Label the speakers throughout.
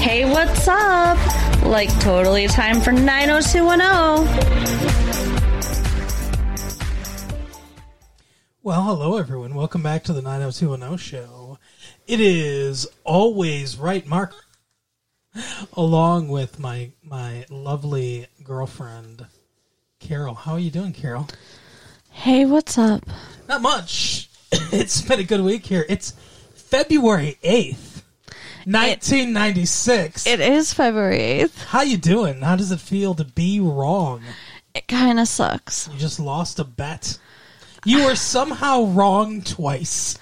Speaker 1: hey, what's up? Like, totally time for 90210.
Speaker 2: Well, hello everyone. Welcome back to the 90210 show. It is always right, Mark, along with my my lovely girlfriend, Carol. How are you doing, Carol?
Speaker 1: Hey, what's up?
Speaker 2: Not much. it's been a good week here. It's February 8th, 1996.
Speaker 1: It is February 8th.
Speaker 2: How you doing? How does it feel to be wrong?
Speaker 1: It kind of sucks.
Speaker 2: You just lost a bet. You were somehow wrong twice.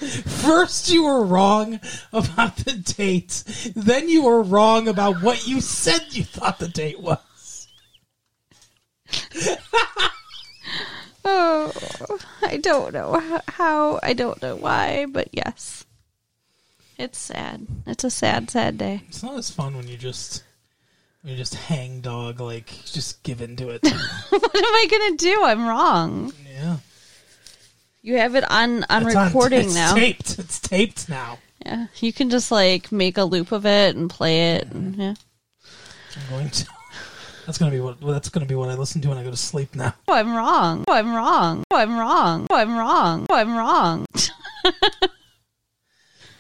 Speaker 2: First, you were wrong about the date. Then, you were wrong about what you said you thought the date was.
Speaker 1: Oh, I don't know h- how, I don't know why, but yes. It's sad. It's a sad, sad day.
Speaker 2: It's not as fun when you just you just hang dog like just give in to it.
Speaker 1: What am I going to do? I'm wrong.
Speaker 2: Yeah,
Speaker 1: You have it on on
Speaker 2: It's on-
Speaker 1: recording
Speaker 2: it's
Speaker 1: now.
Speaker 2: Taped. It's taped now.
Speaker 1: Yeah, you can just like make a loop of it and play it. And, yeah.
Speaker 2: I'm going to. That's gonna be what. That's gonna be what I listen to when I go to sleep now.
Speaker 1: Oh, I'm wrong. Oh, I'm wrong. Oh, I'm wrong. Oh, I'm wrong. Oh, I'm wrong.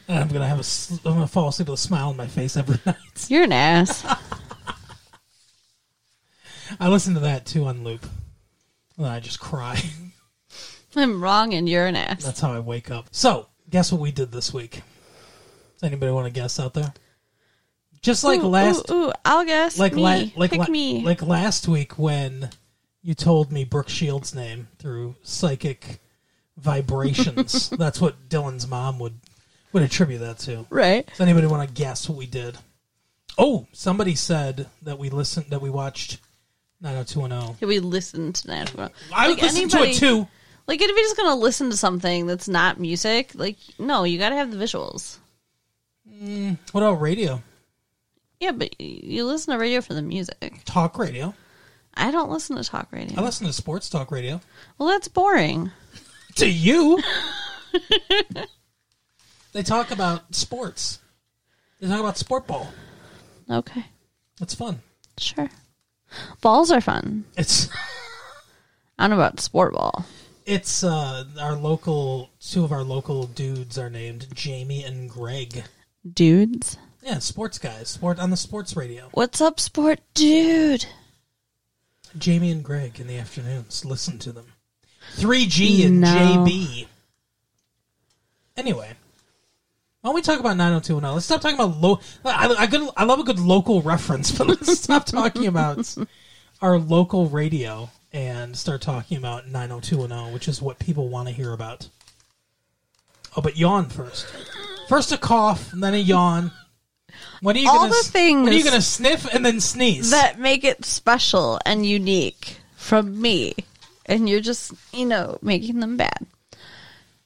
Speaker 2: And I'm gonna have a. sl- I'm gonna fall asleep with a smile on my face every night.
Speaker 1: You're an ass.
Speaker 2: I listen to that too on loop. And I just cry.
Speaker 1: I'm wrong, and you're an ass.
Speaker 2: That's how I wake up. So, guess what we did this week? Does anybody want to guess out there? Just like
Speaker 1: Ooh,
Speaker 2: last,
Speaker 1: ooh, ooh, I'll guess.
Speaker 2: like
Speaker 1: me.
Speaker 2: la- like
Speaker 1: pick
Speaker 2: la-
Speaker 1: me.
Speaker 2: like last week when you told me Brooke Shields' name through psychic vibrations. That's what Dylan's mom would would attribute that to.
Speaker 1: right.
Speaker 2: Does anybody want to guess what we did? Oh, somebody said that we listened that we watched 90210.
Speaker 1: Can we listen to that?
Speaker 2: I
Speaker 1: like
Speaker 2: would listen to it too.
Speaker 1: Like, if you're just gonna listen to something that's not music, like, no, you gotta have the visuals.
Speaker 2: What about radio?
Speaker 1: Yeah, but y- you listen to radio for the music.
Speaker 2: Talk radio.
Speaker 1: I don't listen to talk radio.
Speaker 2: I listen to sports talk radio.
Speaker 1: Well, that's boring.
Speaker 2: To you. they talk about sports. They talk about sport ball.
Speaker 1: Okay,
Speaker 2: It's fun.
Speaker 1: sure. Balls are fun.
Speaker 2: It's
Speaker 1: I don't know about sport ball.
Speaker 2: it's uh our local two of our local dudes are named Jamie and Greg.
Speaker 1: Dudes.
Speaker 2: Yeah, sports guys. Sport on the sports radio.
Speaker 1: What's up, sport dude?
Speaker 2: Jamie and Greg in the afternoons. Listen to them. 3G and
Speaker 1: No.
Speaker 2: JB. Anyway, why don't we talk about 90210? Let's stop talking about low. I, I, good, I love a good local reference, but let's stop talking about our local radio and start talking about 90210, which is what people want to hear about. Oh, but yawn first. First a cough, and then a yawn. When are you
Speaker 1: All
Speaker 2: gonna,
Speaker 1: the
Speaker 2: s- When are you
Speaker 1: things
Speaker 2: going to sniff and then sneeze?
Speaker 1: That make it special and unique from me. And you're just, you know, making them bad.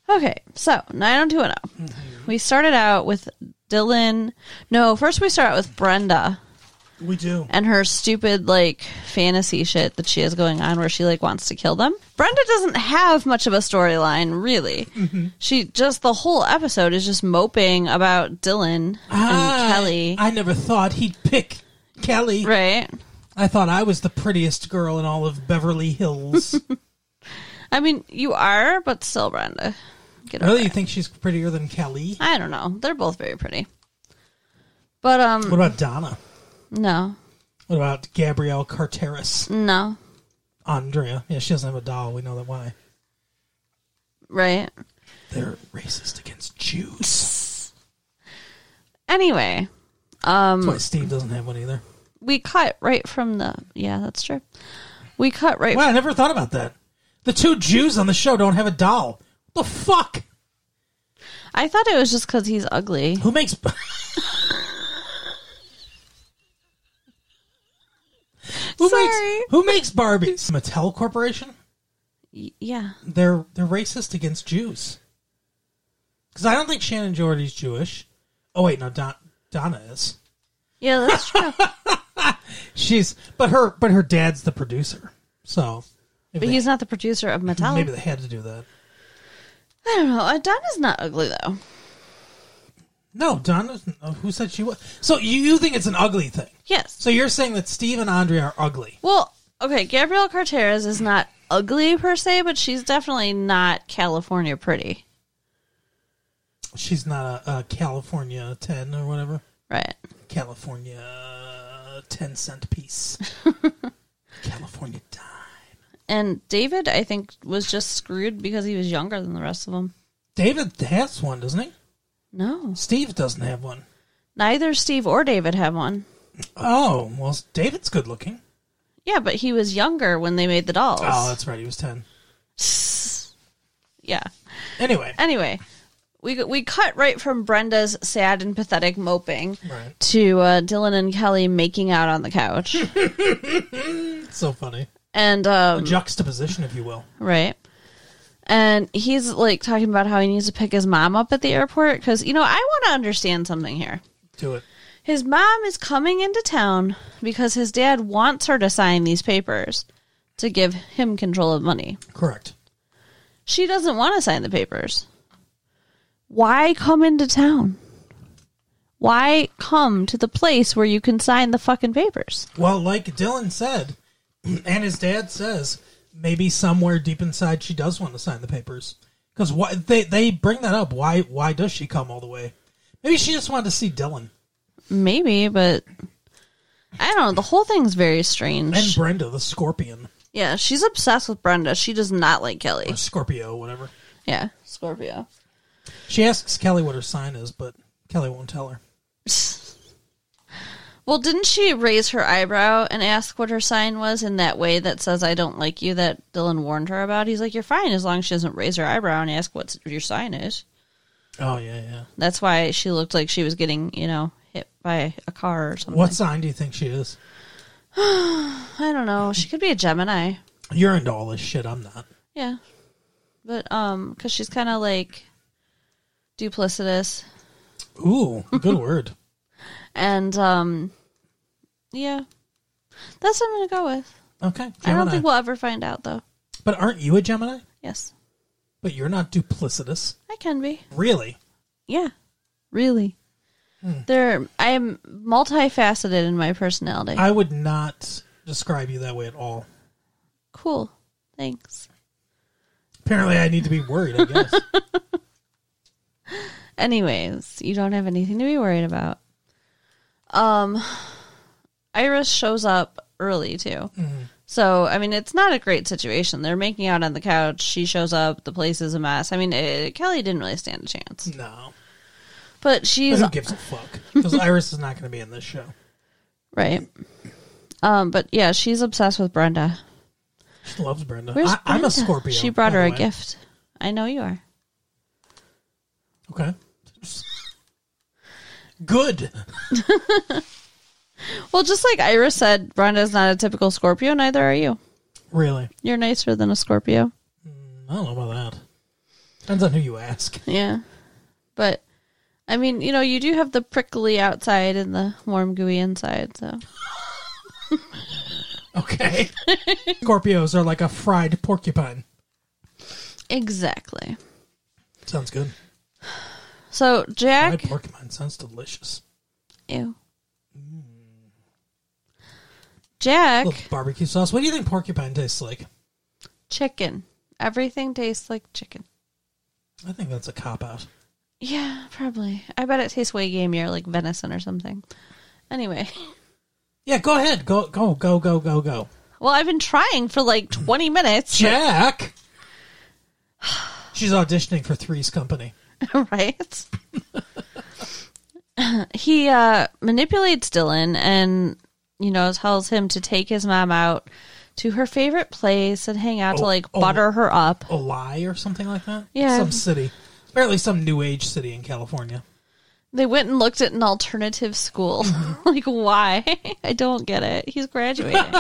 Speaker 1: Okay, so 90210. We started out with Dylan. No, first we start out with Brenda
Speaker 2: we do.
Speaker 1: and her stupid like fantasy shit that she has going on where she like wants to kill them. Brenda doesn't have much of a storyline really. She just the whole episode is just moping about Dylan
Speaker 2: I-
Speaker 1: and Kelly,
Speaker 2: Ah, I never thought he'd pick Kelly.
Speaker 1: right?
Speaker 2: I thought I was the prettiest girl in all of Beverly Hills.
Speaker 1: I mean, you are, but still Brenda. Get over
Speaker 2: really, you
Speaker 1: it.
Speaker 2: think she's prettier than Kelly?
Speaker 1: I don't know. They're both very pretty. But um
Speaker 2: What about Donna?
Speaker 1: no.
Speaker 2: What about Gabrielle Carteris?
Speaker 1: No.
Speaker 2: Andrea? Yeah, she doesn't have a doll. We know that why.
Speaker 1: Right?
Speaker 2: They're racist against Jews.
Speaker 1: Anyway, Um,
Speaker 2: That's why Steve doesn't have one either.
Speaker 1: we cut right from the Yeah, that's true. We cut right
Speaker 2: Wow, I never thought about that. The two Jews on the show don't have a doll. What the fuck?
Speaker 1: I thought it was just cuz he's ugly.
Speaker 2: Who makes? who
Speaker 1: Sorry.
Speaker 2: makes? Who makes Barbies? Mattel Corporation.
Speaker 1: Y- Yeah.
Speaker 2: They're they're racist against Jews. Because I don't think Shannon Doherty's Jewish. Oh wait, no, Don, Donna is.
Speaker 1: Yeah, that's true.
Speaker 2: She's but her but her dad's the producer. So maybe,
Speaker 1: but
Speaker 2: they,
Speaker 1: he's not the producer of Metallica.
Speaker 2: maybe they had to do that.
Speaker 1: I don't know. Uh, Donna's not ugly though.
Speaker 2: No, Donna. Who said she was? So you, you think it's an ugly thing?
Speaker 1: Yes.
Speaker 2: So you're saying that Steve and Andrea are ugly?
Speaker 1: Well, okay, Gabrielle Carteras is not ugly per se, but she's definitely not California pretty.
Speaker 2: She's not a, a California ten or whatever.
Speaker 1: Right.
Speaker 2: California ten cent piece. California dime.
Speaker 1: And David, I think, was just screwed because he was younger than the rest of them.
Speaker 2: David has one, doesn't he?
Speaker 1: No.
Speaker 2: Steve doesn't have one.
Speaker 1: Neither Steve or David have one.
Speaker 2: Oh well, David's good looking.
Speaker 1: Yeah, but he was younger when they made the dolls.
Speaker 2: Oh, that's right. He was ten.
Speaker 1: yeah.
Speaker 2: Anyway,
Speaker 1: Anyway, we we cut right from Brenda's sad and pathetic moping
Speaker 2: right.
Speaker 1: to uh, Dylan and Kelly making out on the couch,
Speaker 2: It's so funny.
Speaker 1: and um,
Speaker 2: Juxtaposition, if you will.
Speaker 1: Right. And he's like talking about how he needs to pick his mom up at the airport because, you know, I want to understand something here.
Speaker 2: Do it.
Speaker 1: His mom is coming into town because his dad wants her to sign these papers to give him control of money.
Speaker 2: Correct.
Speaker 1: She doesn't want to sign the papers. Why come into town? Why come to the place where you can sign the fucking papers?
Speaker 2: Well, like Dylan said, and his dad says, maybe somewhere deep inside she does want to sign the papers. Because why they they bring that up? Why why does she come all the way? Maybe she just wanted to see Dylan
Speaker 1: Maybe, but I don't know. The whole thing's very strange.
Speaker 2: and Brenda, the Scorpion
Speaker 1: Yeah, she's obsessed with Brenda. She does not like Kelly.
Speaker 2: or Scorpio, whatever.
Speaker 1: Yeah, Scorpio.
Speaker 2: She asks Kelly what her sign is, but Kelly won't tell her.
Speaker 1: Well, didn't she raise her eyebrow and ask what her sign was in that way that says "I don't like you" that Dylan warned her about? He's like, "You're fine as long as she doesn't raise her eyebrow and ask what your sign is."
Speaker 2: Oh yeah, yeah.
Speaker 1: That's why she looked like she was getting, you know, hit by a car or something.
Speaker 2: What sign do you think she is?
Speaker 1: I don't know. She could be a Gemini.
Speaker 2: You're into all this shit. I'm not.
Speaker 1: Yeah, but um, because she's kind of like duplicitous.
Speaker 2: Ooh, good word.
Speaker 1: And um yeah. That's what I'm gonna go with.
Speaker 2: Okay, Gemini.
Speaker 1: I don't think we'll ever find out though.
Speaker 2: But aren't you a Gemini?
Speaker 1: Yes.
Speaker 2: But you're not duplicitous,
Speaker 1: I can be.
Speaker 2: really.
Speaker 1: Yeah. Really.
Speaker 2: Hmm.
Speaker 1: There I am multifaceted in my personality.
Speaker 2: I would not describe you that way at all.
Speaker 1: cool. Thanks.
Speaker 2: Apparently, I need to be worried. I guess.
Speaker 1: Anyways, you don't have anything to be worried about. Um Iris shows up early too.
Speaker 2: Mm-hmm.
Speaker 1: So, I mean, it's not a great situation. They're making out on the couch. She shows up. The place is a mess. I mean, eh, Kelly didn't really stand a chance.
Speaker 2: no,
Speaker 1: But
Speaker 2: But
Speaker 1: she's
Speaker 2: who gives a fuck? Because Iris is not going to be in this show.
Speaker 1: Right. Um, but yeah, she's obsessed with Brenda.
Speaker 2: She loves Brenda.
Speaker 1: Where's
Speaker 2: I, I'm a
Speaker 1: Brenda?
Speaker 2: Scorpio.
Speaker 1: She brought
Speaker 2: by
Speaker 1: her
Speaker 2: the
Speaker 1: a
Speaker 2: way.
Speaker 1: gift. I know you are.
Speaker 2: Okay. Good.
Speaker 1: Well, just like Iris said, Brenda's not a typical Scorpio, neither are you.
Speaker 2: Really.
Speaker 1: You're nicer than a Scorpio.
Speaker 2: I don't know about that. Depends on who you ask.
Speaker 1: Yeah. But I mean, you know, you do have the prickly outside and the warm gooey inside, so
Speaker 2: Okay. Scorpios are like a fried porcupine.
Speaker 1: Exactly.
Speaker 2: Sounds good.
Speaker 1: So
Speaker 2: Fried
Speaker 1: Jack
Speaker 2: porcupine sounds delicious.
Speaker 1: Ew. Jack
Speaker 2: little barbecue sauce. What do you think porcupine tastes like?
Speaker 1: chicken. Everything tastes like chicken.
Speaker 2: I think that's a cop out.
Speaker 1: Yeah, probably. I bet it tastes way gamier, like venison or something. Anyway,
Speaker 2: Yeah, go ahead. Go go go go go go.
Speaker 1: well, I've been trying for like 20 minutes,
Speaker 2: Jack. She's auditioning for Three's Company.
Speaker 1: right? he uh, manipulates Dylan and, you know, tells him to take his mom out to her favorite place and hang out to
Speaker 2: Oh,
Speaker 1: like
Speaker 2: oh.
Speaker 1: butter her up.
Speaker 2: Olai or something like that.
Speaker 1: Yeah.
Speaker 2: some city. Apparently, some new age city in California.
Speaker 1: They went and looked at an alternative school. like, why? I don't get it. He's graduating.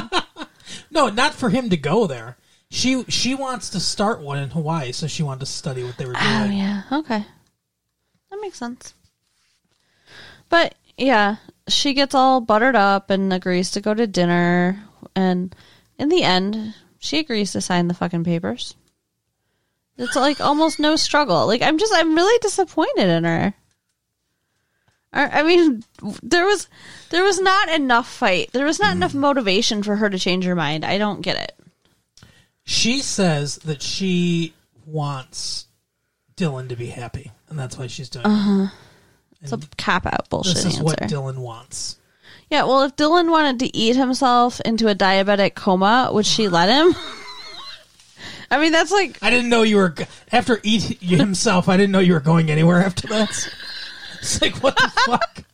Speaker 2: No, not for him to go there. She she wants to start one in Hawaii, so she wanted to study what they were doing.
Speaker 1: Oh yeah. Okay. That makes sense. But yeah, she gets all buttered up and agrees to go to dinner and in the end, she agrees to sign the fucking papers. It's like almost no struggle. Like I'm just I'm really disappointed in her. I I mean, there was there was not enough fight. There was not
Speaker 2: Hmm.
Speaker 1: enough motivation for her to change her mind. I don't get it.
Speaker 2: She says that she wants Dylan to be happy, and that's why she's doing it.
Speaker 1: It's a cop out bullshit
Speaker 2: This is
Speaker 1: Uh-huh. answer.
Speaker 2: what Dylan wants.
Speaker 1: yeah, well, if Dylan wanted to eat himself into a diabetic coma, would she let him? I mean, that's like
Speaker 2: I didn't know you were g- after eat himself. I didn't know you were going anywhere after that. It's like what the fuck?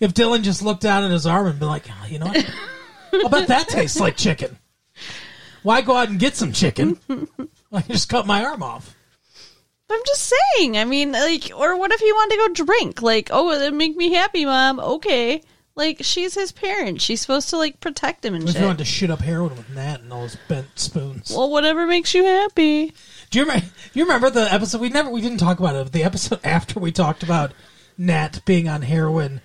Speaker 2: If Dylan just looked down at his arm and been like, "Ah, you know, what? I bet that tastes like chicken. Why go out and get some chicken? I can just cut my arm off.
Speaker 1: I'm just saying. I mean, like, or what if he wanted to go drink? Like, oh, it make me happy, mom. Okay, like she's his parent. She's supposed to like protect him and
Speaker 2: If you wanted
Speaker 1: shit.
Speaker 2: to shoot up heroin with that and those bent spoons.
Speaker 1: Well, whatever makes you happy.
Speaker 2: Do you remember? You remember the episode we never we didn't talk about it. The episode after we talked about Nat being on heroin.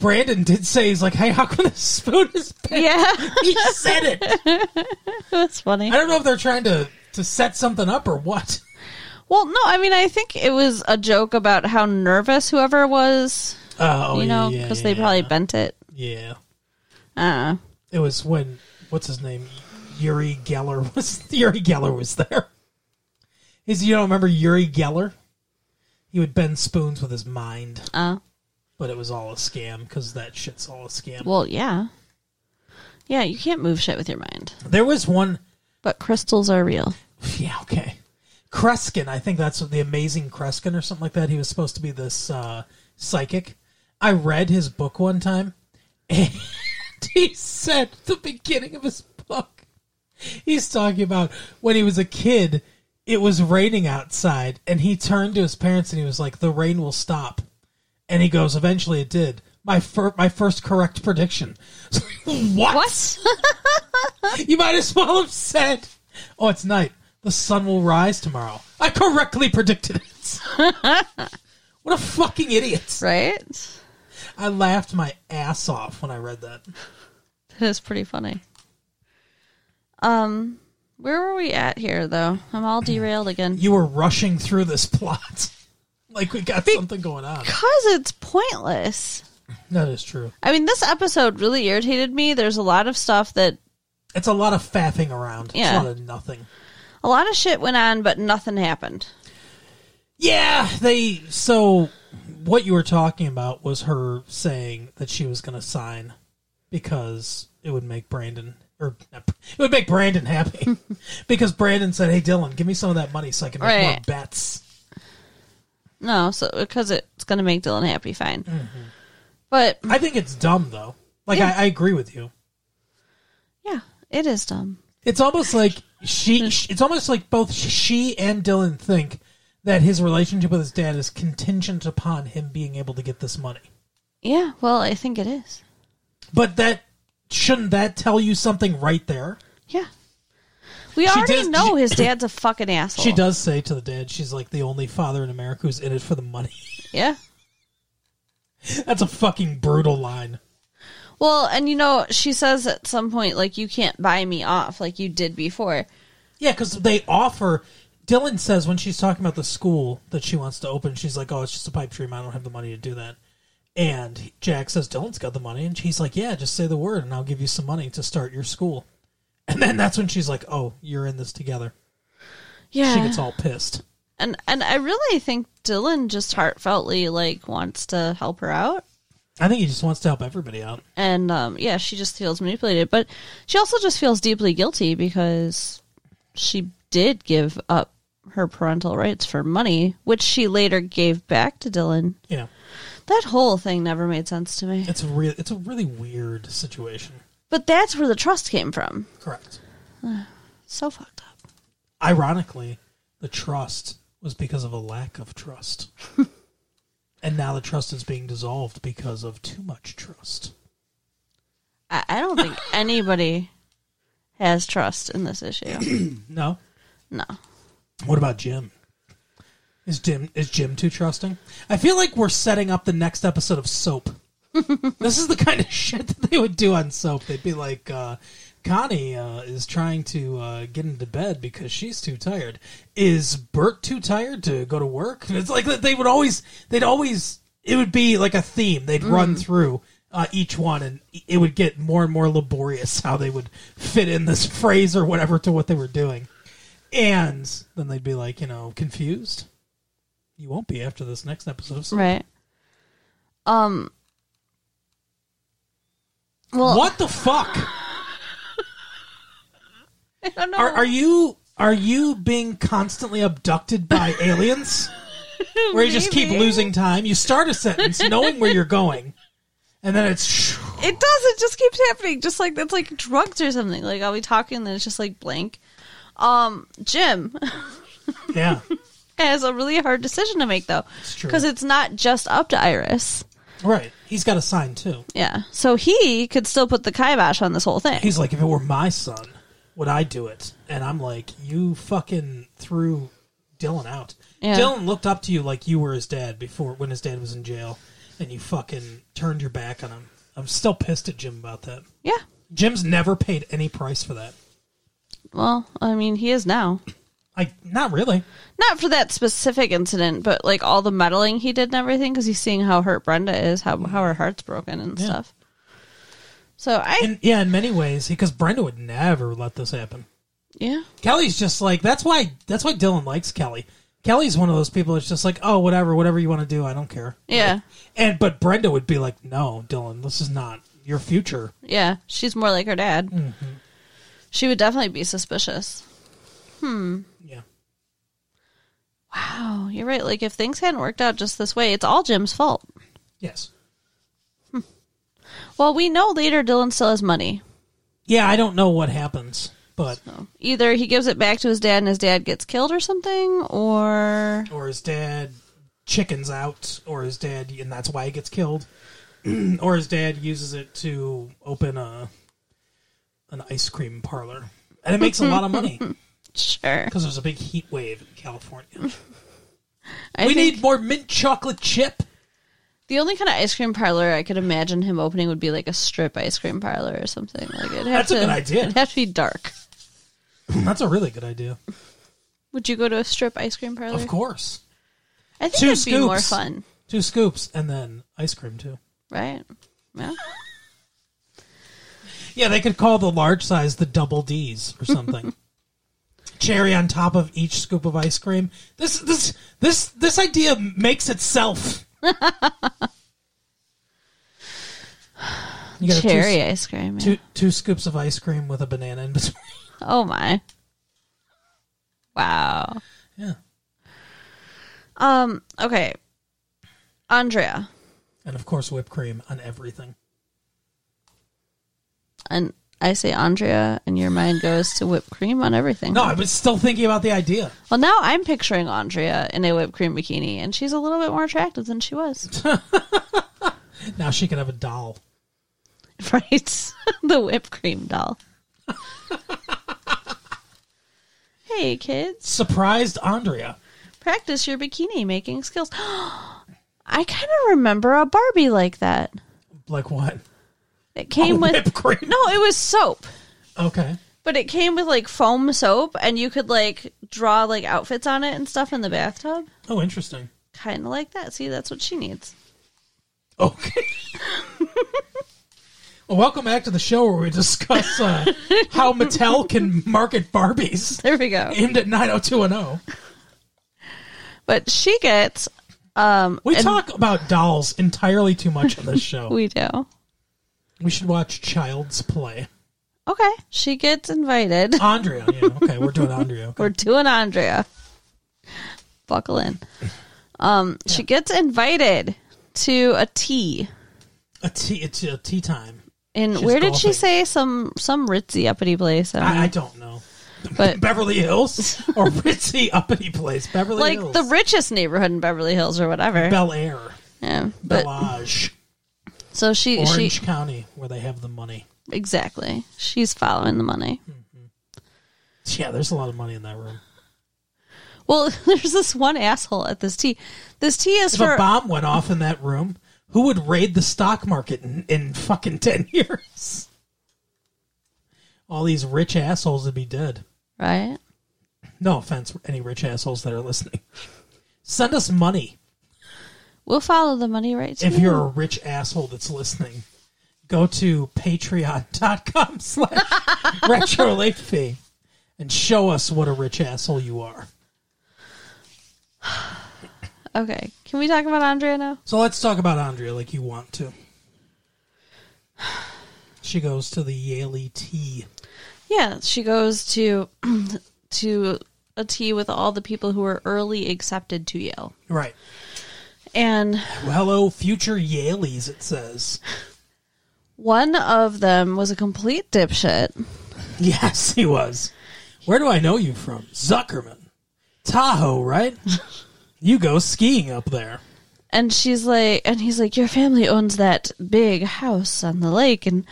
Speaker 2: Brandon did say he's like, "Hey, how come the spoon is bent?"
Speaker 1: Yeah,
Speaker 2: He said it.
Speaker 1: that's funny.
Speaker 2: I don't know if they're trying to to set something up or what.
Speaker 1: Well, no, I mean, I think it was a joke about how nervous whoever was,
Speaker 2: Oh,
Speaker 1: you know,
Speaker 2: yeah,
Speaker 1: because they probably bent it.
Speaker 2: yeah.
Speaker 1: Uh,
Speaker 2: It was when what's his name Yuri Geller was Yuri Geller was there. Is you don't remember Yuri Geller? He would bend spoons with his mind,
Speaker 1: uh,
Speaker 2: but it was all a scam because that shit's all a scam.
Speaker 1: well, yeah, yeah, you can't move shit with your mind,
Speaker 2: There was one.
Speaker 1: but crystals are real.
Speaker 2: Yeah, okay. Kreskin, I think that's what the amazing Kreskin or something like that. He was supposed to be this uh, psychic. I read his book one time, and he said at the beginning of his book, he's talking about when he was a kid, it was raining outside, and he turned to his parents and he was like, "The rain will stop," and he goes, "Eventually, it did." My fir- my first correct prediction. what?
Speaker 1: What?
Speaker 2: You might as well have said, "Oh, it's night. The sun will rise tomorrow." I correctly predicted it. what a fucking idiot!
Speaker 1: right?
Speaker 2: I laughed my ass off when I read that.
Speaker 1: That is pretty funny. Um, where were we at here, though? I'm all derailed again.
Speaker 2: You were rushing through this plot, like we got something going on.
Speaker 1: Because it's pointless.
Speaker 2: That is true.
Speaker 1: I mean, this episode really irritated me. There's a lot of stuff that
Speaker 2: It's a lot of faffing around.
Speaker 1: Yeah.
Speaker 2: It's a lot of nothing.
Speaker 1: a lot of shit went on, but nothing happened.
Speaker 2: Yeah, they. So, what you were talking about was her saying that she was going to sign because it would make Brandon or not- it would make Brandon happy because Brandon said, "Hey, Dylan, give me some of that money so I can make more
Speaker 1: Right.
Speaker 2: bets."
Speaker 1: No, so because it's going to make Dylan happy, fine. But
Speaker 2: I think it's dumb though. Like
Speaker 1: Yeah.
Speaker 2: I, I agree with you.
Speaker 1: yeah, it is dumb.
Speaker 2: It's almost like she. sh- It's almost like both she and Dylan think that his relationship with his dad is contingent upon him being able to get this money.
Speaker 1: Yeah, well, I think it is.
Speaker 2: But that shouldn't that tell you something right there?
Speaker 1: Yeah. We
Speaker 2: She
Speaker 1: already
Speaker 2: does-
Speaker 1: know
Speaker 2: she-
Speaker 1: his dad's a fucking asshole.
Speaker 2: She does say to the dad, she's like the only father in America who's in it for the money.
Speaker 1: Yeah.
Speaker 2: That's a fucking brutal line.
Speaker 1: Well, and you know, she says at some point, like, you can't buy me off like you did before.
Speaker 2: Yeah, because they offer. Dylan says when she's talking about the school that she wants to open, she's like, "Oh, it's just a pipe dream. I don't have the money to do that." And Jack says, "Dylan's got the money," and she's like, "Yeah, just say the word, and I'll give you some money to start your school." And then that's when she's like, "Oh, you're in this together."
Speaker 1: Yeah.
Speaker 2: She gets all pissed.
Speaker 1: and and I really think Dylan just heartfeltly like wants to help her out.
Speaker 2: I think he just wants to help everybody out.
Speaker 1: And um yeah, she just feels manipulated, but she also just feels deeply guilty because she did give up her parental rights for money, which she later gave back to Dylan.
Speaker 2: Yeah,
Speaker 1: That whole thing never made sense to me.
Speaker 2: it's a real, it's a really weird situation.
Speaker 1: But that's where the trust came from.
Speaker 2: Correct.
Speaker 1: So fucked up.
Speaker 2: ironically, the trust was because of a lack of trust. and now the trust is being dissolved because of too much trust.
Speaker 1: I, I don't think anybody has trust in this issue.
Speaker 2: No?
Speaker 1: No.
Speaker 2: What about Jim? Is Jim is Jim too trusting? I feel like we're setting up the next episode of Soap. this is the kind of shit that they would do on Soap. They'd be like, uh, Connie uh, is trying to uh, get into bed because she's too tired. Is Bert too tired to go to work? And it's like that they would always they'd always it would be like a theme they'd run through uh, each one and it would get more and more laborious how they would fit in this phrase or whatever to what they were doing and then they'd be like you know confused you won't be after this next episode so
Speaker 1: Right. Um. Well,
Speaker 2: what the fuck
Speaker 1: I don't know.
Speaker 2: are, are you are you being constantly abducted by aliens where you just keep
Speaker 1: Maybe.
Speaker 2: losing time you start a sentence knowing where you're going and then it's
Speaker 1: It does. It just keeps happening. Just like that's like drugs or something. Like I'll be talking, and it's just like blank. Um, Jim
Speaker 2: yeah
Speaker 1: has a really hard decision to make though,
Speaker 2: It's true.
Speaker 1: because it's not just up to Iris.
Speaker 2: right he's got a sign too
Speaker 1: Yeah, so he could still put the kibosh on this whole thing.
Speaker 2: He's like, if it were my son, would I do it? And I'm like, you fucking threw Dylan out.
Speaker 1: Yeah.
Speaker 2: Dylan looked up to you like you were his dad before when his dad was in jail, and you fucking turned your back on him. I'm still pissed at Jim about that.
Speaker 1: yeah.
Speaker 2: Jim's never paid any price for that.
Speaker 1: Well, I mean, he is now.
Speaker 2: Like, not really.
Speaker 1: Not for that specific incident, but like all the meddling he did and everything, because he's seeing how hurt Brenda is, how how her heart's broken and
Speaker 2: Yeah.
Speaker 1: stuff. So I
Speaker 2: And yeah, in many ways, because Brenda would never let this happen.
Speaker 1: yeah
Speaker 2: Kelly's just like that's why that's why Dylan likes Kelly. Kelly's one of those people that's just like, oh, whatever, whatever you want to do, I don't care.
Speaker 1: yeah
Speaker 2: And but Brenda would be like, "No, Dylan, this is not your future."
Speaker 1: yeah. She's more like her dad.
Speaker 2: Mm-hmm.
Speaker 1: She would definitely be suspicious.
Speaker 2: Yeah,
Speaker 1: Wow, Oh, you're right. Like if things hadn't worked out just this way, it's all Jim's fault.
Speaker 2: yes,
Speaker 1: Well, we know later Dylan still has money.
Speaker 2: yeah. I don't know what happens, but
Speaker 1: Either he gives it back to his dad and his dad gets killed or something, or
Speaker 2: or his dad chickens out, or his dad, and that's why he gets killed, or his dad uses it to open a an ice cream parlor, and it makes a lot of money
Speaker 1: sure.
Speaker 2: because there's a big heat wave in California.
Speaker 1: I
Speaker 2: we
Speaker 1: think
Speaker 2: need more mint chocolate chip.
Speaker 1: the only kind of ice cream parlor I could imagine him opening would be like a strip ice cream parlor or something. Like it.
Speaker 2: That's a
Speaker 1: to,
Speaker 2: good idea.
Speaker 1: It'd have to be dark.
Speaker 2: That's a really good idea.
Speaker 1: Would you go to a strip ice cream parlor?
Speaker 2: Of course,
Speaker 1: I think
Speaker 2: Two
Speaker 1: it'd be more
Speaker 2: scoops.
Speaker 1: fun,
Speaker 2: two scoops and then ice cream too.
Speaker 1: right? Yeah.
Speaker 2: Yeah, they could call the large size the double D's or something. Cherry on top of each scoop of ice cream. This this this this idea makes itself. you got
Speaker 1: Cherry ice cream. yeah.
Speaker 2: Two, two, two scoops of ice cream with a banana in between.
Speaker 1: Oh my. Wow.
Speaker 2: Yeah,
Speaker 1: Um, okay. Andrea.
Speaker 2: and of course whipped cream on everything.
Speaker 1: And I say Andrea and your mind goes to whipped cream on everything.
Speaker 2: No, I was still thinking about the idea.
Speaker 1: Well now I'm picturing Andrea in a whipped cream bikini and she's a little bit more attractive than she was.
Speaker 2: Now she could have a doll.
Speaker 1: right. the whipped cream doll. hey kids.
Speaker 2: Surprised Andrea.
Speaker 1: Practice your bikini making skills. I kinda remember a Barbie like that.
Speaker 2: Like what?
Speaker 1: It came with
Speaker 2: whipped cream.
Speaker 1: No, it was soap.
Speaker 2: Okay.
Speaker 1: But it came with like foam soap, and you could like draw like outfits on it and stuff in the bathtub.
Speaker 2: Oh, interesting.
Speaker 1: Kind of like that. See, that's what she needs.
Speaker 2: Okay. well, welcome back to the show where we discuss uh, how Mattel can market Barbies
Speaker 1: There we go.
Speaker 2: aimed at 90210.
Speaker 1: But she gets, um,
Speaker 2: We
Speaker 1: and
Speaker 2: talk about dolls entirely too much on this show.
Speaker 1: we do.
Speaker 2: we should watch Child's Play.
Speaker 1: Okay, she gets invited.
Speaker 2: Andrea, yeah, okay, we're doing Andrea. okay.
Speaker 1: We're doing Andrea. Buckle in. Um, she gets invited to a tea
Speaker 2: A tea, it's a tea time.
Speaker 1: in
Speaker 2: She's
Speaker 1: where did she
Speaker 2: golfing.
Speaker 1: say some some ritzy uppity place? I don't know.
Speaker 2: I, I don't know.
Speaker 1: Mm-hmm. but
Speaker 2: Beverly Hills or ritzy uppity place. Beverly
Speaker 1: like
Speaker 2: Hills.
Speaker 1: the richest neighborhood in Beverly Hills or whatever.
Speaker 2: Bel Air,
Speaker 1: yeah, but
Speaker 2: Bellage,
Speaker 1: so she she
Speaker 2: Orange County, where they have the money.
Speaker 1: Exactly. She's following the money.
Speaker 2: Hmm. Yeah, there's a lot of money in that room.
Speaker 1: Well, there's this one asshole at this tea. This tea is
Speaker 2: If
Speaker 1: for
Speaker 2: a bomb went off in that room, who would raid the stock market in, in fucking 10 years? All these rich assholes would be dead.
Speaker 1: right.
Speaker 2: No offense, any rich assholes that are listening. Send us money.
Speaker 1: We'll follow the money right to
Speaker 2: if
Speaker 1: you.
Speaker 2: you're a rich asshole that's listening, go to patreon.com slash retro late fee and show us what a rich asshole you are.
Speaker 1: Okay. Can we talk about Andrea now?
Speaker 2: So let's talk about Andrea like you want to. She goes to the E Yaley tea.
Speaker 1: Yeah, she goes to to a tea with all the people who are early accepted to Yale.
Speaker 2: Right.
Speaker 1: And
Speaker 2: Well, hello, future Yaleys, it says.
Speaker 1: one of them was a complete dipshit.
Speaker 2: Yes, he was. Where do I know you from? Zuckerman. Tahoe, right? You go skiing up there.
Speaker 1: And she's like and he's like, Your family owns that big house on the lake and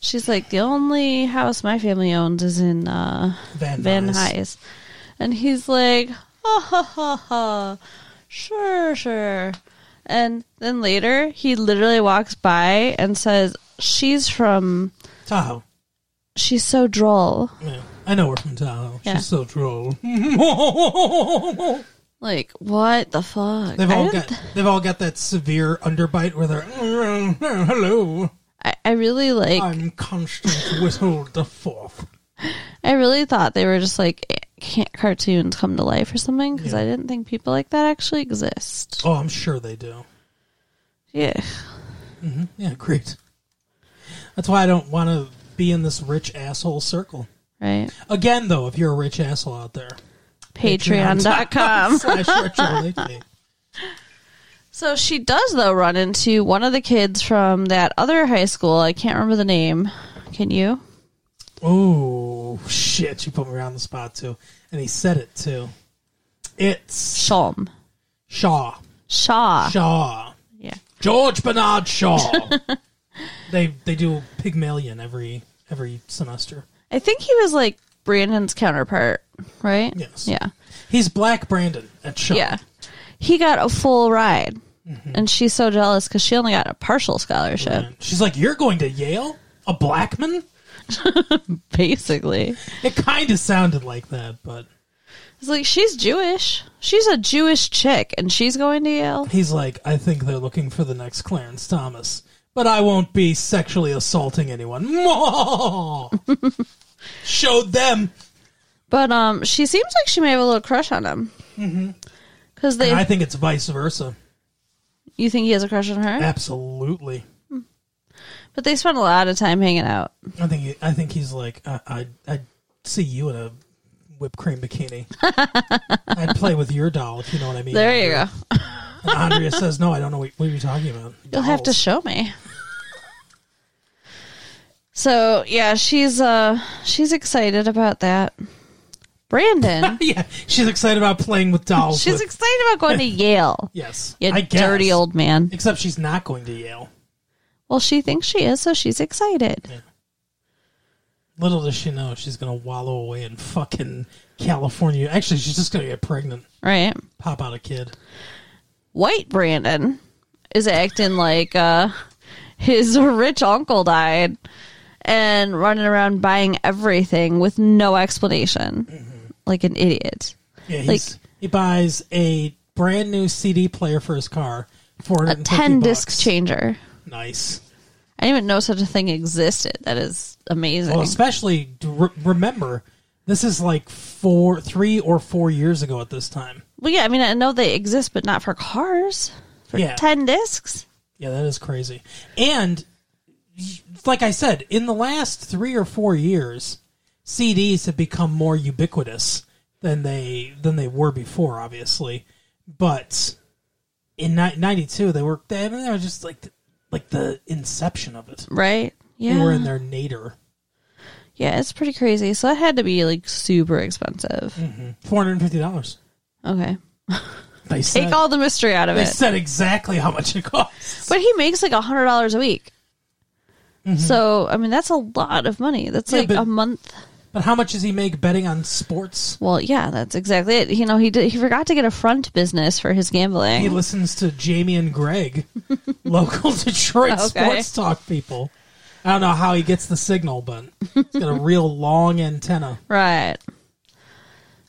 Speaker 1: she's like, The only house my family owns is in uh
Speaker 2: Van,
Speaker 1: Van
Speaker 2: Nuys.
Speaker 1: Nuys. And he's like, ha ha ha ha, sure, sure. And then later, he literally walks by and says, she's from,
Speaker 2: Tahoe.
Speaker 1: she's so droll.
Speaker 2: Yeah, I know her from Tahoe.
Speaker 1: Yeah.
Speaker 2: She's so droll.
Speaker 1: Like, what the fuck?
Speaker 2: they've
Speaker 1: I,
Speaker 2: all
Speaker 1: don't
Speaker 2: got
Speaker 1: th-
Speaker 2: they've all got that severe underbite where they're hello.
Speaker 1: I, I really like,
Speaker 2: I'm Constance Whittle the Fourth.
Speaker 1: I really thought they were just like, eh, can't cartoons come to life or something? Because I didn't think people like that actually exist.
Speaker 2: Oh, I'm sure they do.
Speaker 1: Yeah.
Speaker 2: Yeah, great. That's why I don't want to be in this rich asshole circle.
Speaker 1: Right?
Speaker 2: Again, though, if you're a rich asshole out there,
Speaker 1: Patreon.com.
Speaker 2: slash retro late fee.
Speaker 1: So she does though run into one of the kids from that other high school. I can't remember the name. Can you?
Speaker 2: Oh shit! You put me around the spot too, and he said it too. It's
Speaker 1: Shalm.
Speaker 2: Shaw.
Speaker 1: Shaw.
Speaker 2: Shaw.
Speaker 1: Yeah.
Speaker 2: George Bernard Shaw. they they do Pygmalion every every semester.
Speaker 1: I think he was like Brandon's counterpart, right?
Speaker 2: Yes.
Speaker 1: Yeah.
Speaker 2: He's Black Brandon at Shaw.
Speaker 1: Yeah. He got a full ride.
Speaker 2: Mm-hmm.
Speaker 1: And she's so jealous because she only got a partial scholarship,
Speaker 2: And she's like, "You're going to Yale? A black man?"
Speaker 1: basically.
Speaker 2: It kind of sounded like that, but
Speaker 1: It's like she's Jewish. She's a Jewish chick and she's going to Yale.
Speaker 2: he's like, "I think they're looking for the next Clarence Thomas." But I won't be sexually assaulting anyone. Showed them.
Speaker 1: But um she seems like she may have a little crush on him. Because they
Speaker 2: Mm-hmm. And I think it's vice versa.
Speaker 1: you think he has a crush on her?
Speaker 2: Absolutely.
Speaker 1: But they spend a lot of time hanging out.
Speaker 2: I think he, I think he's like I, I I see you in a whipped cream bikini. I'd play with your doll if you know what I mean.
Speaker 1: There you go.
Speaker 2: And Andrea says, "No, I don't know what, what you're talking about."
Speaker 1: You'll have to
Speaker 2: Dolls.
Speaker 1: show me. So yeah, she's uh she's excited about that. Brandon,
Speaker 2: yeah, she's excited about playing with dolls.
Speaker 1: she's
Speaker 2: with-
Speaker 1: excited about going to Yale.
Speaker 2: yes,
Speaker 1: You
Speaker 2: I guess.
Speaker 1: dirty old man.
Speaker 2: Except she's not going to Yale.
Speaker 1: Well, she thinks she is, so she's excited.
Speaker 2: Little does she know she's going to wallow away in fucking California. Actually, she's just going to get pregnant,
Speaker 1: Right?
Speaker 2: pop out a kid.
Speaker 1: White Brandon is acting like uh his rich uncle died and running around buying everything with no explanation. Like an idiot.
Speaker 2: Yeah, he's, he buys a brand new CD player for his car. Four
Speaker 1: a
Speaker 2: hundred
Speaker 1: 10
Speaker 2: bucks.
Speaker 1: disc changer.
Speaker 2: Nice.
Speaker 1: I didn't even know such a thing existed. That is amazing.
Speaker 2: Well, especially d- re- remember, this is like four, three or four years ago at this time.
Speaker 1: well, yeah, I mean, I know they exist, but not for cars. For
Speaker 2: Yeah.
Speaker 1: 10 discs?
Speaker 2: Yeah, that is crazy. And y- like I said, in the last three or four years, CDs have become more ubiquitous than they than they were before, obviously. But in ni- '92, they were they, I mean, they were just like the, like the inception of it.
Speaker 1: Right?
Speaker 2: They were in their
Speaker 1: Yeah.
Speaker 2: nadir.
Speaker 1: Yeah, it's pretty crazy. So it had to be like super expensive.
Speaker 2: Mm. Four hundred fifty dollars.
Speaker 1: Okay.
Speaker 2: They
Speaker 1: Take
Speaker 2: said,
Speaker 1: all the mystery out of
Speaker 2: they
Speaker 1: it.
Speaker 2: said exactly how much it costs.
Speaker 1: but he makes like a $100 a week. So, I mean, that's a lot of money. That's
Speaker 2: Mm-hmm. Yeah,
Speaker 1: like
Speaker 2: but-
Speaker 1: a month.
Speaker 2: But how much does he make betting on sports?
Speaker 1: Well, yeah, that's exactly it. You know, he did, he forgot to get a front business for his gambling.
Speaker 2: He listens to Jamie and Greg, local Detroit
Speaker 1: Okay.
Speaker 2: sports talk people. I don't know how he gets the signal, but he's got a real long antenna.
Speaker 1: Right.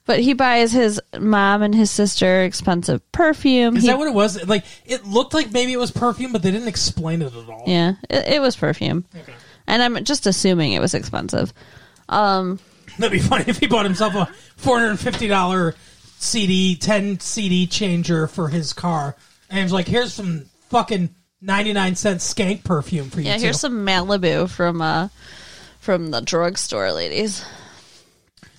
Speaker 1: But he buys his mom and his sister expensive perfume.
Speaker 2: Is
Speaker 1: He-
Speaker 2: that what it was? Like it looked like maybe it was perfume, but they didn't explain it at all.
Speaker 1: yeah, it, it was perfume.
Speaker 2: Okay.
Speaker 1: And I'm just assuming it was expensive. Um,
Speaker 2: That'd be funny if he bought himself a four hundred and fifty dollar CD, ten CD changer for his car, and he was like, "Here's some fucking ninety nine cent skank perfume for you."
Speaker 1: yeah,
Speaker 2: too.
Speaker 1: here's some Malibu from uh from the drugstore, ladies.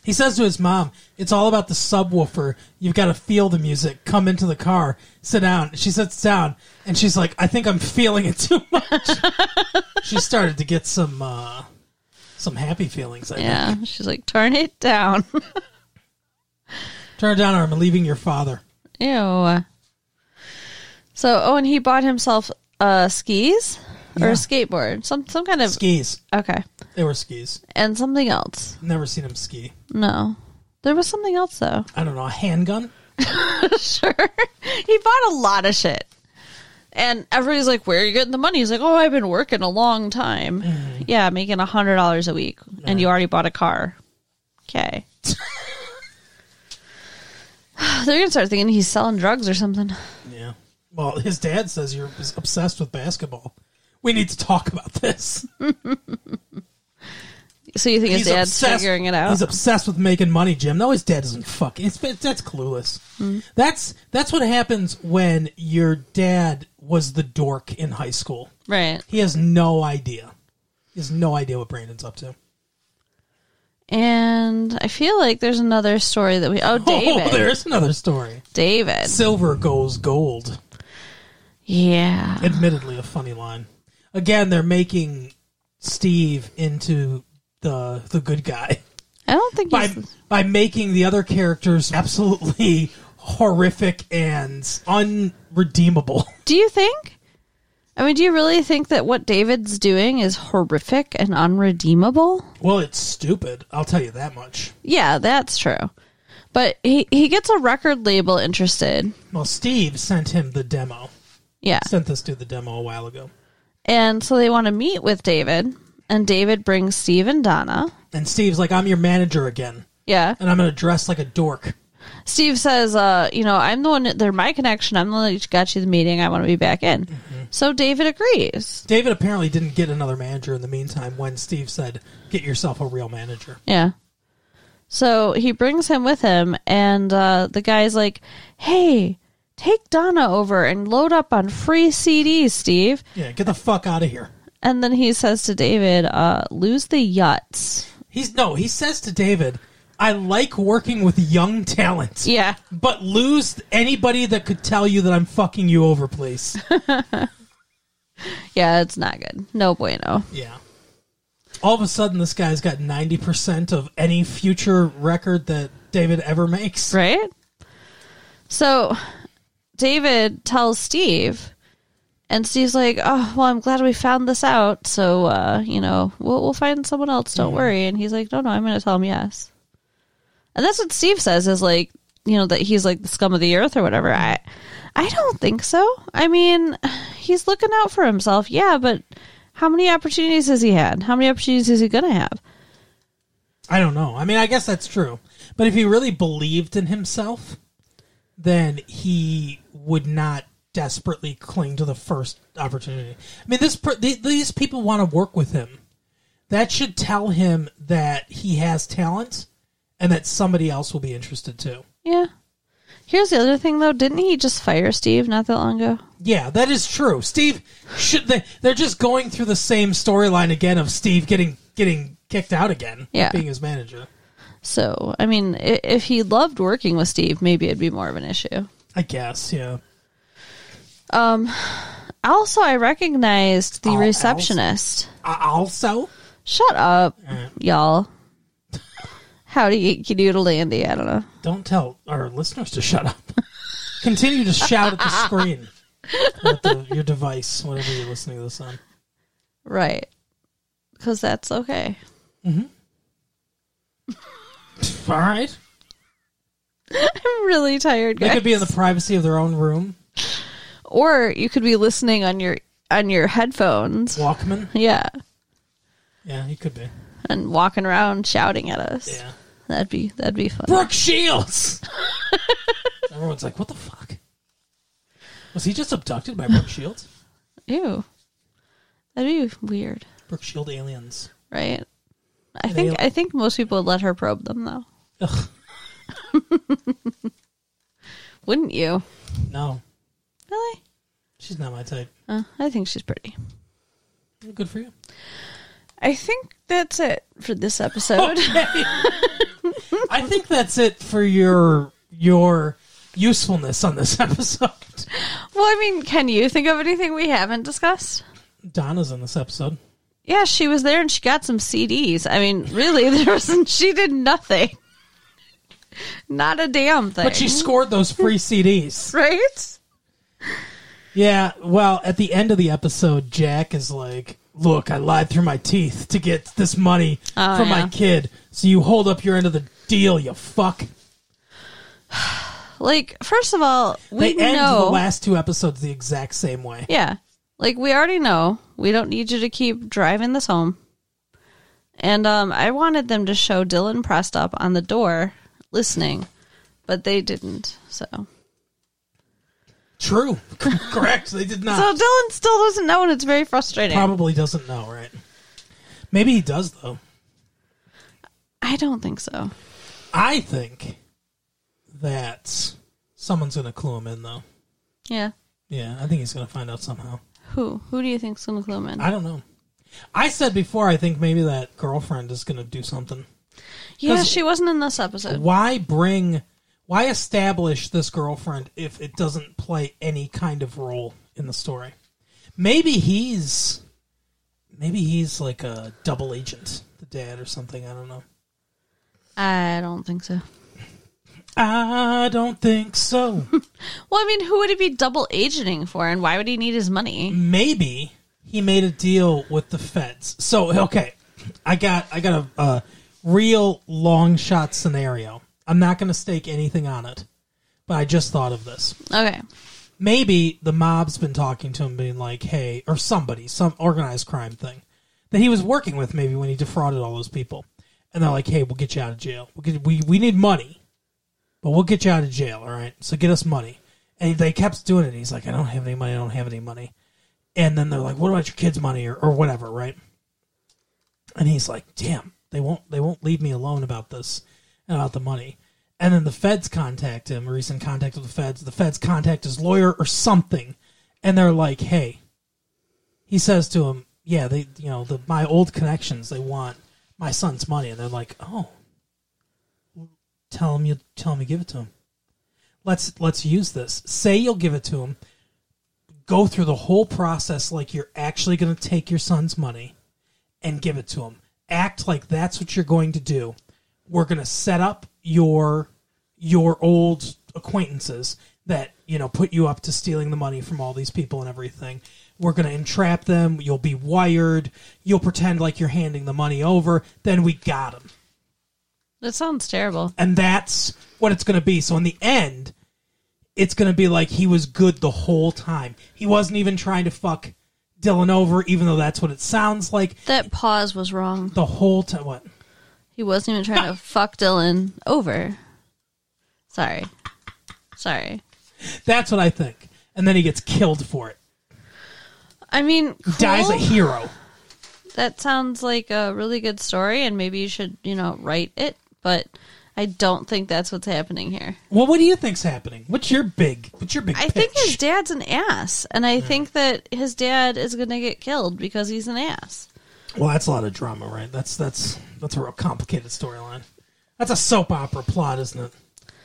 Speaker 2: He says to his mom, "It's all about the subwoofer. You've got to feel the music. Come into the car. Sit down." She sits down, and she's like, "I think I'm feeling it too much." she started to get some uh, some happy feelings. I yeah.
Speaker 1: Yeah, she's like, turn it down.
Speaker 2: Turn down, or I'm leaving your father.
Speaker 1: Ew. So, oh, and he bought himself uh skis or
Speaker 2: Yeah.
Speaker 1: a skateboard, some some kind of
Speaker 2: Skis.
Speaker 1: okay,
Speaker 2: They were skis.
Speaker 1: and something else.
Speaker 2: Never seen him ski.
Speaker 1: No, there was something else though.
Speaker 2: I don't know. A handgun.
Speaker 1: sure. He bought a lot of shit. And everybody's like, Where are you getting the money? He's like, Oh, I've been working a long time.
Speaker 2: Mm-hmm.
Speaker 1: Yeah, making a hundred dollars a week. And you already bought a car. Okay. They're gonna start thinking he's selling drugs or something.
Speaker 2: Yeah. Well, his dad says you're obsessed with basketball. We need to talk about this.
Speaker 1: So you think his dad's figuring it out?
Speaker 2: He's obsessed with making money, Jim. No, his dad doesn't fuck. It's, that's clueless.
Speaker 1: Mm.
Speaker 2: That's that's what happens when your dad was the dork in high school.
Speaker 1: right.
Speaker 2: He has no idea. He has no idea what Brandon's up to.
Speaker 1: And I feel like there's another story that we Oh David.
Speaker 2: Oh, there's another story.
Speaker 1: David.
Speaker 2: Silver goes gold.
Speaker 1: Yeah.
Speaker 2: Admittedly, a funny line. Again, they're making Steve into the the good guy.
Speaker 1: I don't think
Speaker 2: by
Speaker 1: he's
Speaker 2: by making the other characters absolutely horrific and unredeemable.
Speaker 1: Do you think? I mean, do you really think that what David's doing is horrific and unredeemable?
Speaker 2: Well, it's stupid. I'll tell you that much.
Speaker 1: Yeah, that's true. But he, he gets a record label interested.
Speaker 2: Well, Steve sent him the demo.
Speaker 1: Yeah.
Speaker 2: Sent this to the demo a while ago.
Speaker 1: And so they want to meet with David, and David brings Steve and Donna.
Speaker 2: And Steve's like, "I'm your manager again,
Speaker 1: Yeah.
Speaker 2: and I'm going to dress like a dork."
Speaker 1: Steve says, uh, you know, I'm the one, they're my connection. I'm the one that got you the meeting. I want to be back in. So David agrees.
Speaker 2: David apparently didn't get another manager in the meantime when Steve said, "Get yourself a real manager."
Speaker 1: Yeah. So he brings him with him, and uh, the guy's like, "Hey, take Donna over and load up on free CDs, Steve."
Speaker 2: Yeah, get the fuck out of here.
Speaker 1: And then he says to David, uh, "Lose the yuts."
Speaker 2: He's no, he says to David, "I like working with young talent."
Speaker 1: Yeah,
Speaker 2: But lose anybody that could tell you that I'm fucking you over, please.
Speaker 1: yeah, it's not good. No bueno.
Speaker 2: yeah. All of a sudden, this guy's got 90% of any future record that David ever makes.
Speaker 1: Right? So David tells Steve, and Steve's like, Oh, well, I'm glad we found this out. So, uh, you know, we'll, we'll find someone else. Don't worry. And he's like, No, no, I'm going to tell him yes. And that's what Steve says is like, you know, that he's like the scum of the earth or whatever. I, I don't think so. I mean, he's looking out for himself. Yeah, but how many opportunities has he had? How many opportunities is he going to have?
Speaker 2: I don't know. I mean, I guess that's true. But if he really believed in himself, then he would not desperately cling to the first opportunity. I mean, this per- th- these people want to work with him. That should tell him that he has talent and that somebody else will be interested too.
Speaker 1: Yeah. Here's the other thing, though. Didn't he just fire Steve not that long ago?
Speaker 2: Yeah, that is true. Steve should they they're just going through the same storyline again of Steve getting getting kicked out again
Speaker 1: Yeah.
Speaker 2: being his manager.
Speaker 1: So, I mean, i- if he loved working with Steve, maybe it'd be more of an issue.
Speaker 2: I guess, yeah.
Speaker 1: Also, I recognized the
Speaker 2: Oh,
Speaker 1: receptionist.
Speaker 2: Uh, also,
Speaker 1: Shut up,
Speaker 2: Mm.
Speaker 1: y'all. Howdy, Yankee Doodle Dandy. I don't know.
Speaker 2: don't tell our listeners to shut up. Continue to shout at the screen. or At the, your device, whatever you're listening to this on.
Speaker 1: Right. Because that's okay.
Speaker 2: All right.
Speaker 1: I'm really tired,
Speaker 2: They
Speaker 1: guys.
Speaker 2: could be in the privacy of their own room.
Speaker 1: or you could be listening on your on your headphones.
Speaker 2: Walkman.
Speaker 1: Yeah.
Speaker 2: Yeah, he could be.
Speaker 1: And walking around shouting at us.
Speaker 2: Yeah.
Speaker 1: That'd be that'd be fun.
Speaker 2: Brooke Shields. Everyone's like, what the fuck? Was he just abducted by Brooke Shields?
Speaker 1: Ew. That'd be weird,
Speaker 2: Brooke Shield aliens.
Speaker 1: right? I
Speaker 2: They
Speaker 1: think
Speaker 2: like-
Speaker 1: I think most people would let her probe them though.
Speaker 2: Ugh,
Speaker 1: Wouldn't you?
Speaker 2: no,
Speaker 1: Really?
Speaker 2: she's not my type.
Speaker 1: Uh, I think she's pretty.
Speaker 2: Good for you.
Speaker 1: I think that's it for this episode.
Speaker 2: I think that's it for your your usefulness on this episode.
Speaker 1: well, I mean, can you think of anything we haven't discussed?
Speaker 2: Donna's in this episode.
Speaker 1: Yeah, she was there and she got some CDs. I mean, really, there was she did nothing. Not a damn thing.
Speaker 2: But she scored those free CDs.
Speaker 1: right?
Speaker 2: Yeah, well, at the end of the episode, Jack is like, Look, I lied through my teeth to get this money
Speaker 1: Oh,
Speaker 2: for my
Speaker 1: yeah.
Speaker 2: kid. So you hold up your end of the deal, you fuck.
Speaker 1: Like, first of all, we
Speaker 2: they end
Speaker 1: know
Speaker 2: the last two episodes the exact same way.
Speaker 1: Yeah. Like we already know, we don't need you to keep driving this home. And um I wanted them to show Dylan pressed up on the door listening, but they didn't. So
Speaker 2: True. Correct. They did not.
Speaker 1: So Dylan still doesn't know and it's very frustrating.
Speaker 2: Probably doesn't know, right? Maybe he does, though.
Speaker 1: I don't think so.
Speaker 2: I think that someone's going to clue him in, though.
Speaker 1: Yeah.
Speaker 2: Yeah, I think he's going to find out somehow.
Speaker 1: Who? Who do you think's gonna clue him in?
Speaker 2: I don't know. I said before, I think maybe that girlfriend is going to do something.
Speaker 1: yeah,
Speaker 2: 'cause-
Speaker 1: she wasn't in this episode.
Speaker 2: Why bring, why establish this girlfriend if it doesn't play any kind of role in the story? Maybe he's, maybe he's like a double agent, the dad or something. I don't know.
Speaker 1: I don't think so.
Speaker 2: I don't think so.
Speaker 1: Well, I mean, who would he be double agenting for and why would he need his
Speaker 2: Mm.
Speaker 1: money?
Speaker 2: maybe he made a deal with the feds. So okay, I got I got a, a real long shot scenario. I'm not going to stake anything on it, but I just thought of this.
Speaker 1: Okay.
Speaker 2: Maybe the mob's been talking to him, being like, "Hey," or somebody, some organized crime thing that he was working with, maybe when he defrauded all those people, and they're like, "Hey, we'll get you out of jail. We'll get, we we need money, but we'll get you out of jail. All right, so get us money." And they kept doing it. He's like, "I don't have any money. I don't have any money." and then they're like, "What about your kids' money or, or whatever?" Right? And he's like, "Damn, they won't they won't leave me alone about this and about the money." And then the feds contact him, or he's in contact with the feds. The feds contact his lawyer or something, and they're like, "Hey," he says to him, "Yeah, they you know the my old connections they want my son's money," and they're like, "Oh, tell him you tell him you give it to him. Let's let's use this. Say you'll give it to him." go through the whole process like you're actually going to take your son's money and give it to him. Act like that's what you're going to do. We're going to set up your your old acquaintances that you know put you up to stealing the money from all these people and everything. We're going to entrap them. You'll be wired. You'll pretend like you're handing the money over. Then we got him
Speaker 1: That sounds terrible.
Speaker 2: and that's what it's going to be. So in the end, it's going to be like he was good the whole time. He wasn't even trying to fuck Dylan over, even though that's what it sounds like
Speaker 1: That pause was wrong.
Speaker 2: the whole time. What?
Speaker 1: He wasn't even trying to fuck Dylan over. Sorry. Sorry.
Speaker 2: That's what I think. And then he gets killed for it.
Speaker 1: I mean, cool.
Speaker 2: Dies a hero.
Speaker 1: that sounds like a really good story, and maybe you should, you know, write it, but I don't think that's what's happening here.
Speaker 2: Well, what do you think's happening? What's your big? What's your big?
Speaker 1: I think
Speaker 2: pitch?
Speaker 1: his dad's an ass, and I think that his dad is going to get killed because he's an ass.
Speaker 2: Well, that's a lot of drama, right? That's that's that's a real complicated storyline. That's a soap opera plot, isn't it?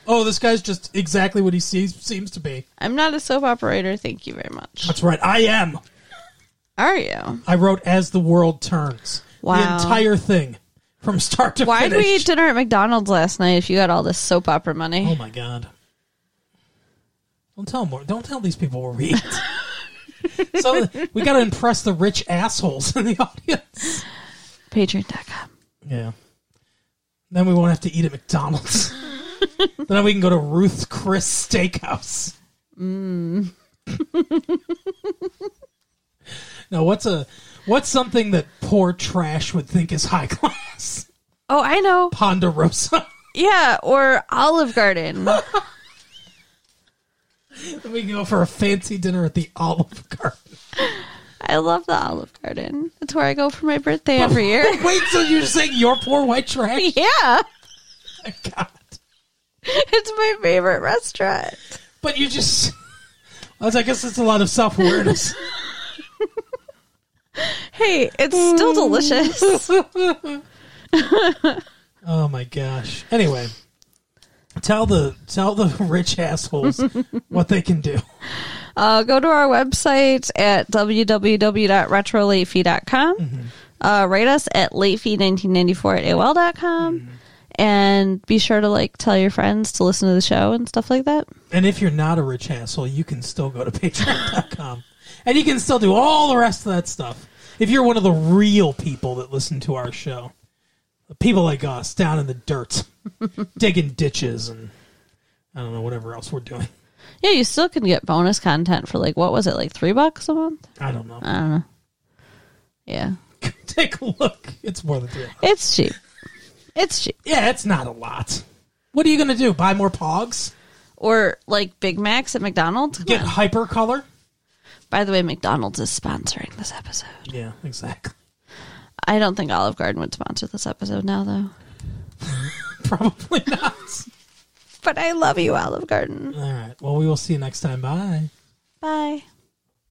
Speaker 2: Oh, this guy's just exactly what he sees, seems to be.
Speaker 1: I'm not a soap operator, thank you very much.
Speaker 2: That's right. I am.
Speaker 1: Are you?
Speaker 2: I wrote "As the World Turns." The
Speaker 1: Wow.
Speaker 2: entire thing from start to
Speaker 1: Why did
Speaker 2: finish.
Speaker 1: we eat dinner at McDonald's last night if you got all this soap opera money?
Speaker 2: oh my god! Don't tell more. Don't tell these people where we eat. so we got to impress the rich assholes in the audience. Oh.
Speaker 1: Patreon.com.
Speaker 2: Yeah. Then we won't have to eat at McDonald's. then we can go to Ruth's Chris Steakhouse. now, what's a what's something that poor trash would think is high class?
Speaker 1: Oh, I know.
Speaker 2: Ponderosa.
Speaker 1: Yeah, or Olive Garden.
Speaker 2: We can go for a fancy dinner at the Olive Garden.
Speaker 1: I love the Olive Garden. That's where I go for my birthday every year.
Speaker 2: Wait, so you're saying your poor white trash?
Speaker 1: yeah,
Speaker 2: God.
Speaker 1: it's my favorite restaurant.
Speaker 2: But you just. Well, I guess it's a lot of self awareness.
Speaker 1: Hey, it's still delicious.
Speaker 2: Oh my gosh. Anyway, tell the tell the rich assholes what they can do.
Speaker 1: Uh, go to our website at www.retrolatefee.com. Uh, rate us at latefee1994 at AOL.com. And be sure to like tell your friends to listen to the show and stuff like that.
Speaker 2: And if you're not a rich asshole, you can still go to patreon.com. And you can still do all the rest of that stuff. If you're one of the real people that listen to our show, people like us down in the dirt, digging ditches and I don't know, whatever else we're doing.
Speaker 1: Yeah, you still can get bonus content for like what was it, like three bucks a month?
Speaker 2: I don't know.
Speaker 1: I don't know. Yeah,
Speaker 2: Take a look. It's more than three.
Speaker 1: it's cheap. It's cheap.
Speaker 2: Yeah, it's not a lot. What are you going to do? Buy more pogs?
Speaker 1: Or like Big Macs at McDonald's. Come
Speaker 2: Get
Speaker 1: on.
Speaker 2: hyper color?
Speaker 1: By the way, McDonald's is sponsoring this episode.
Speaker 2: Yeah, exactly.
Speaker 1: I don't think Olive Garden would sponsor this episode now, though.
Speaker 2: Probably not.
Speaker 1: But I love you, Olive Garden.
Speaker 2: All right. Well, we will see you next time. Bye.
Speaker 1: Bye.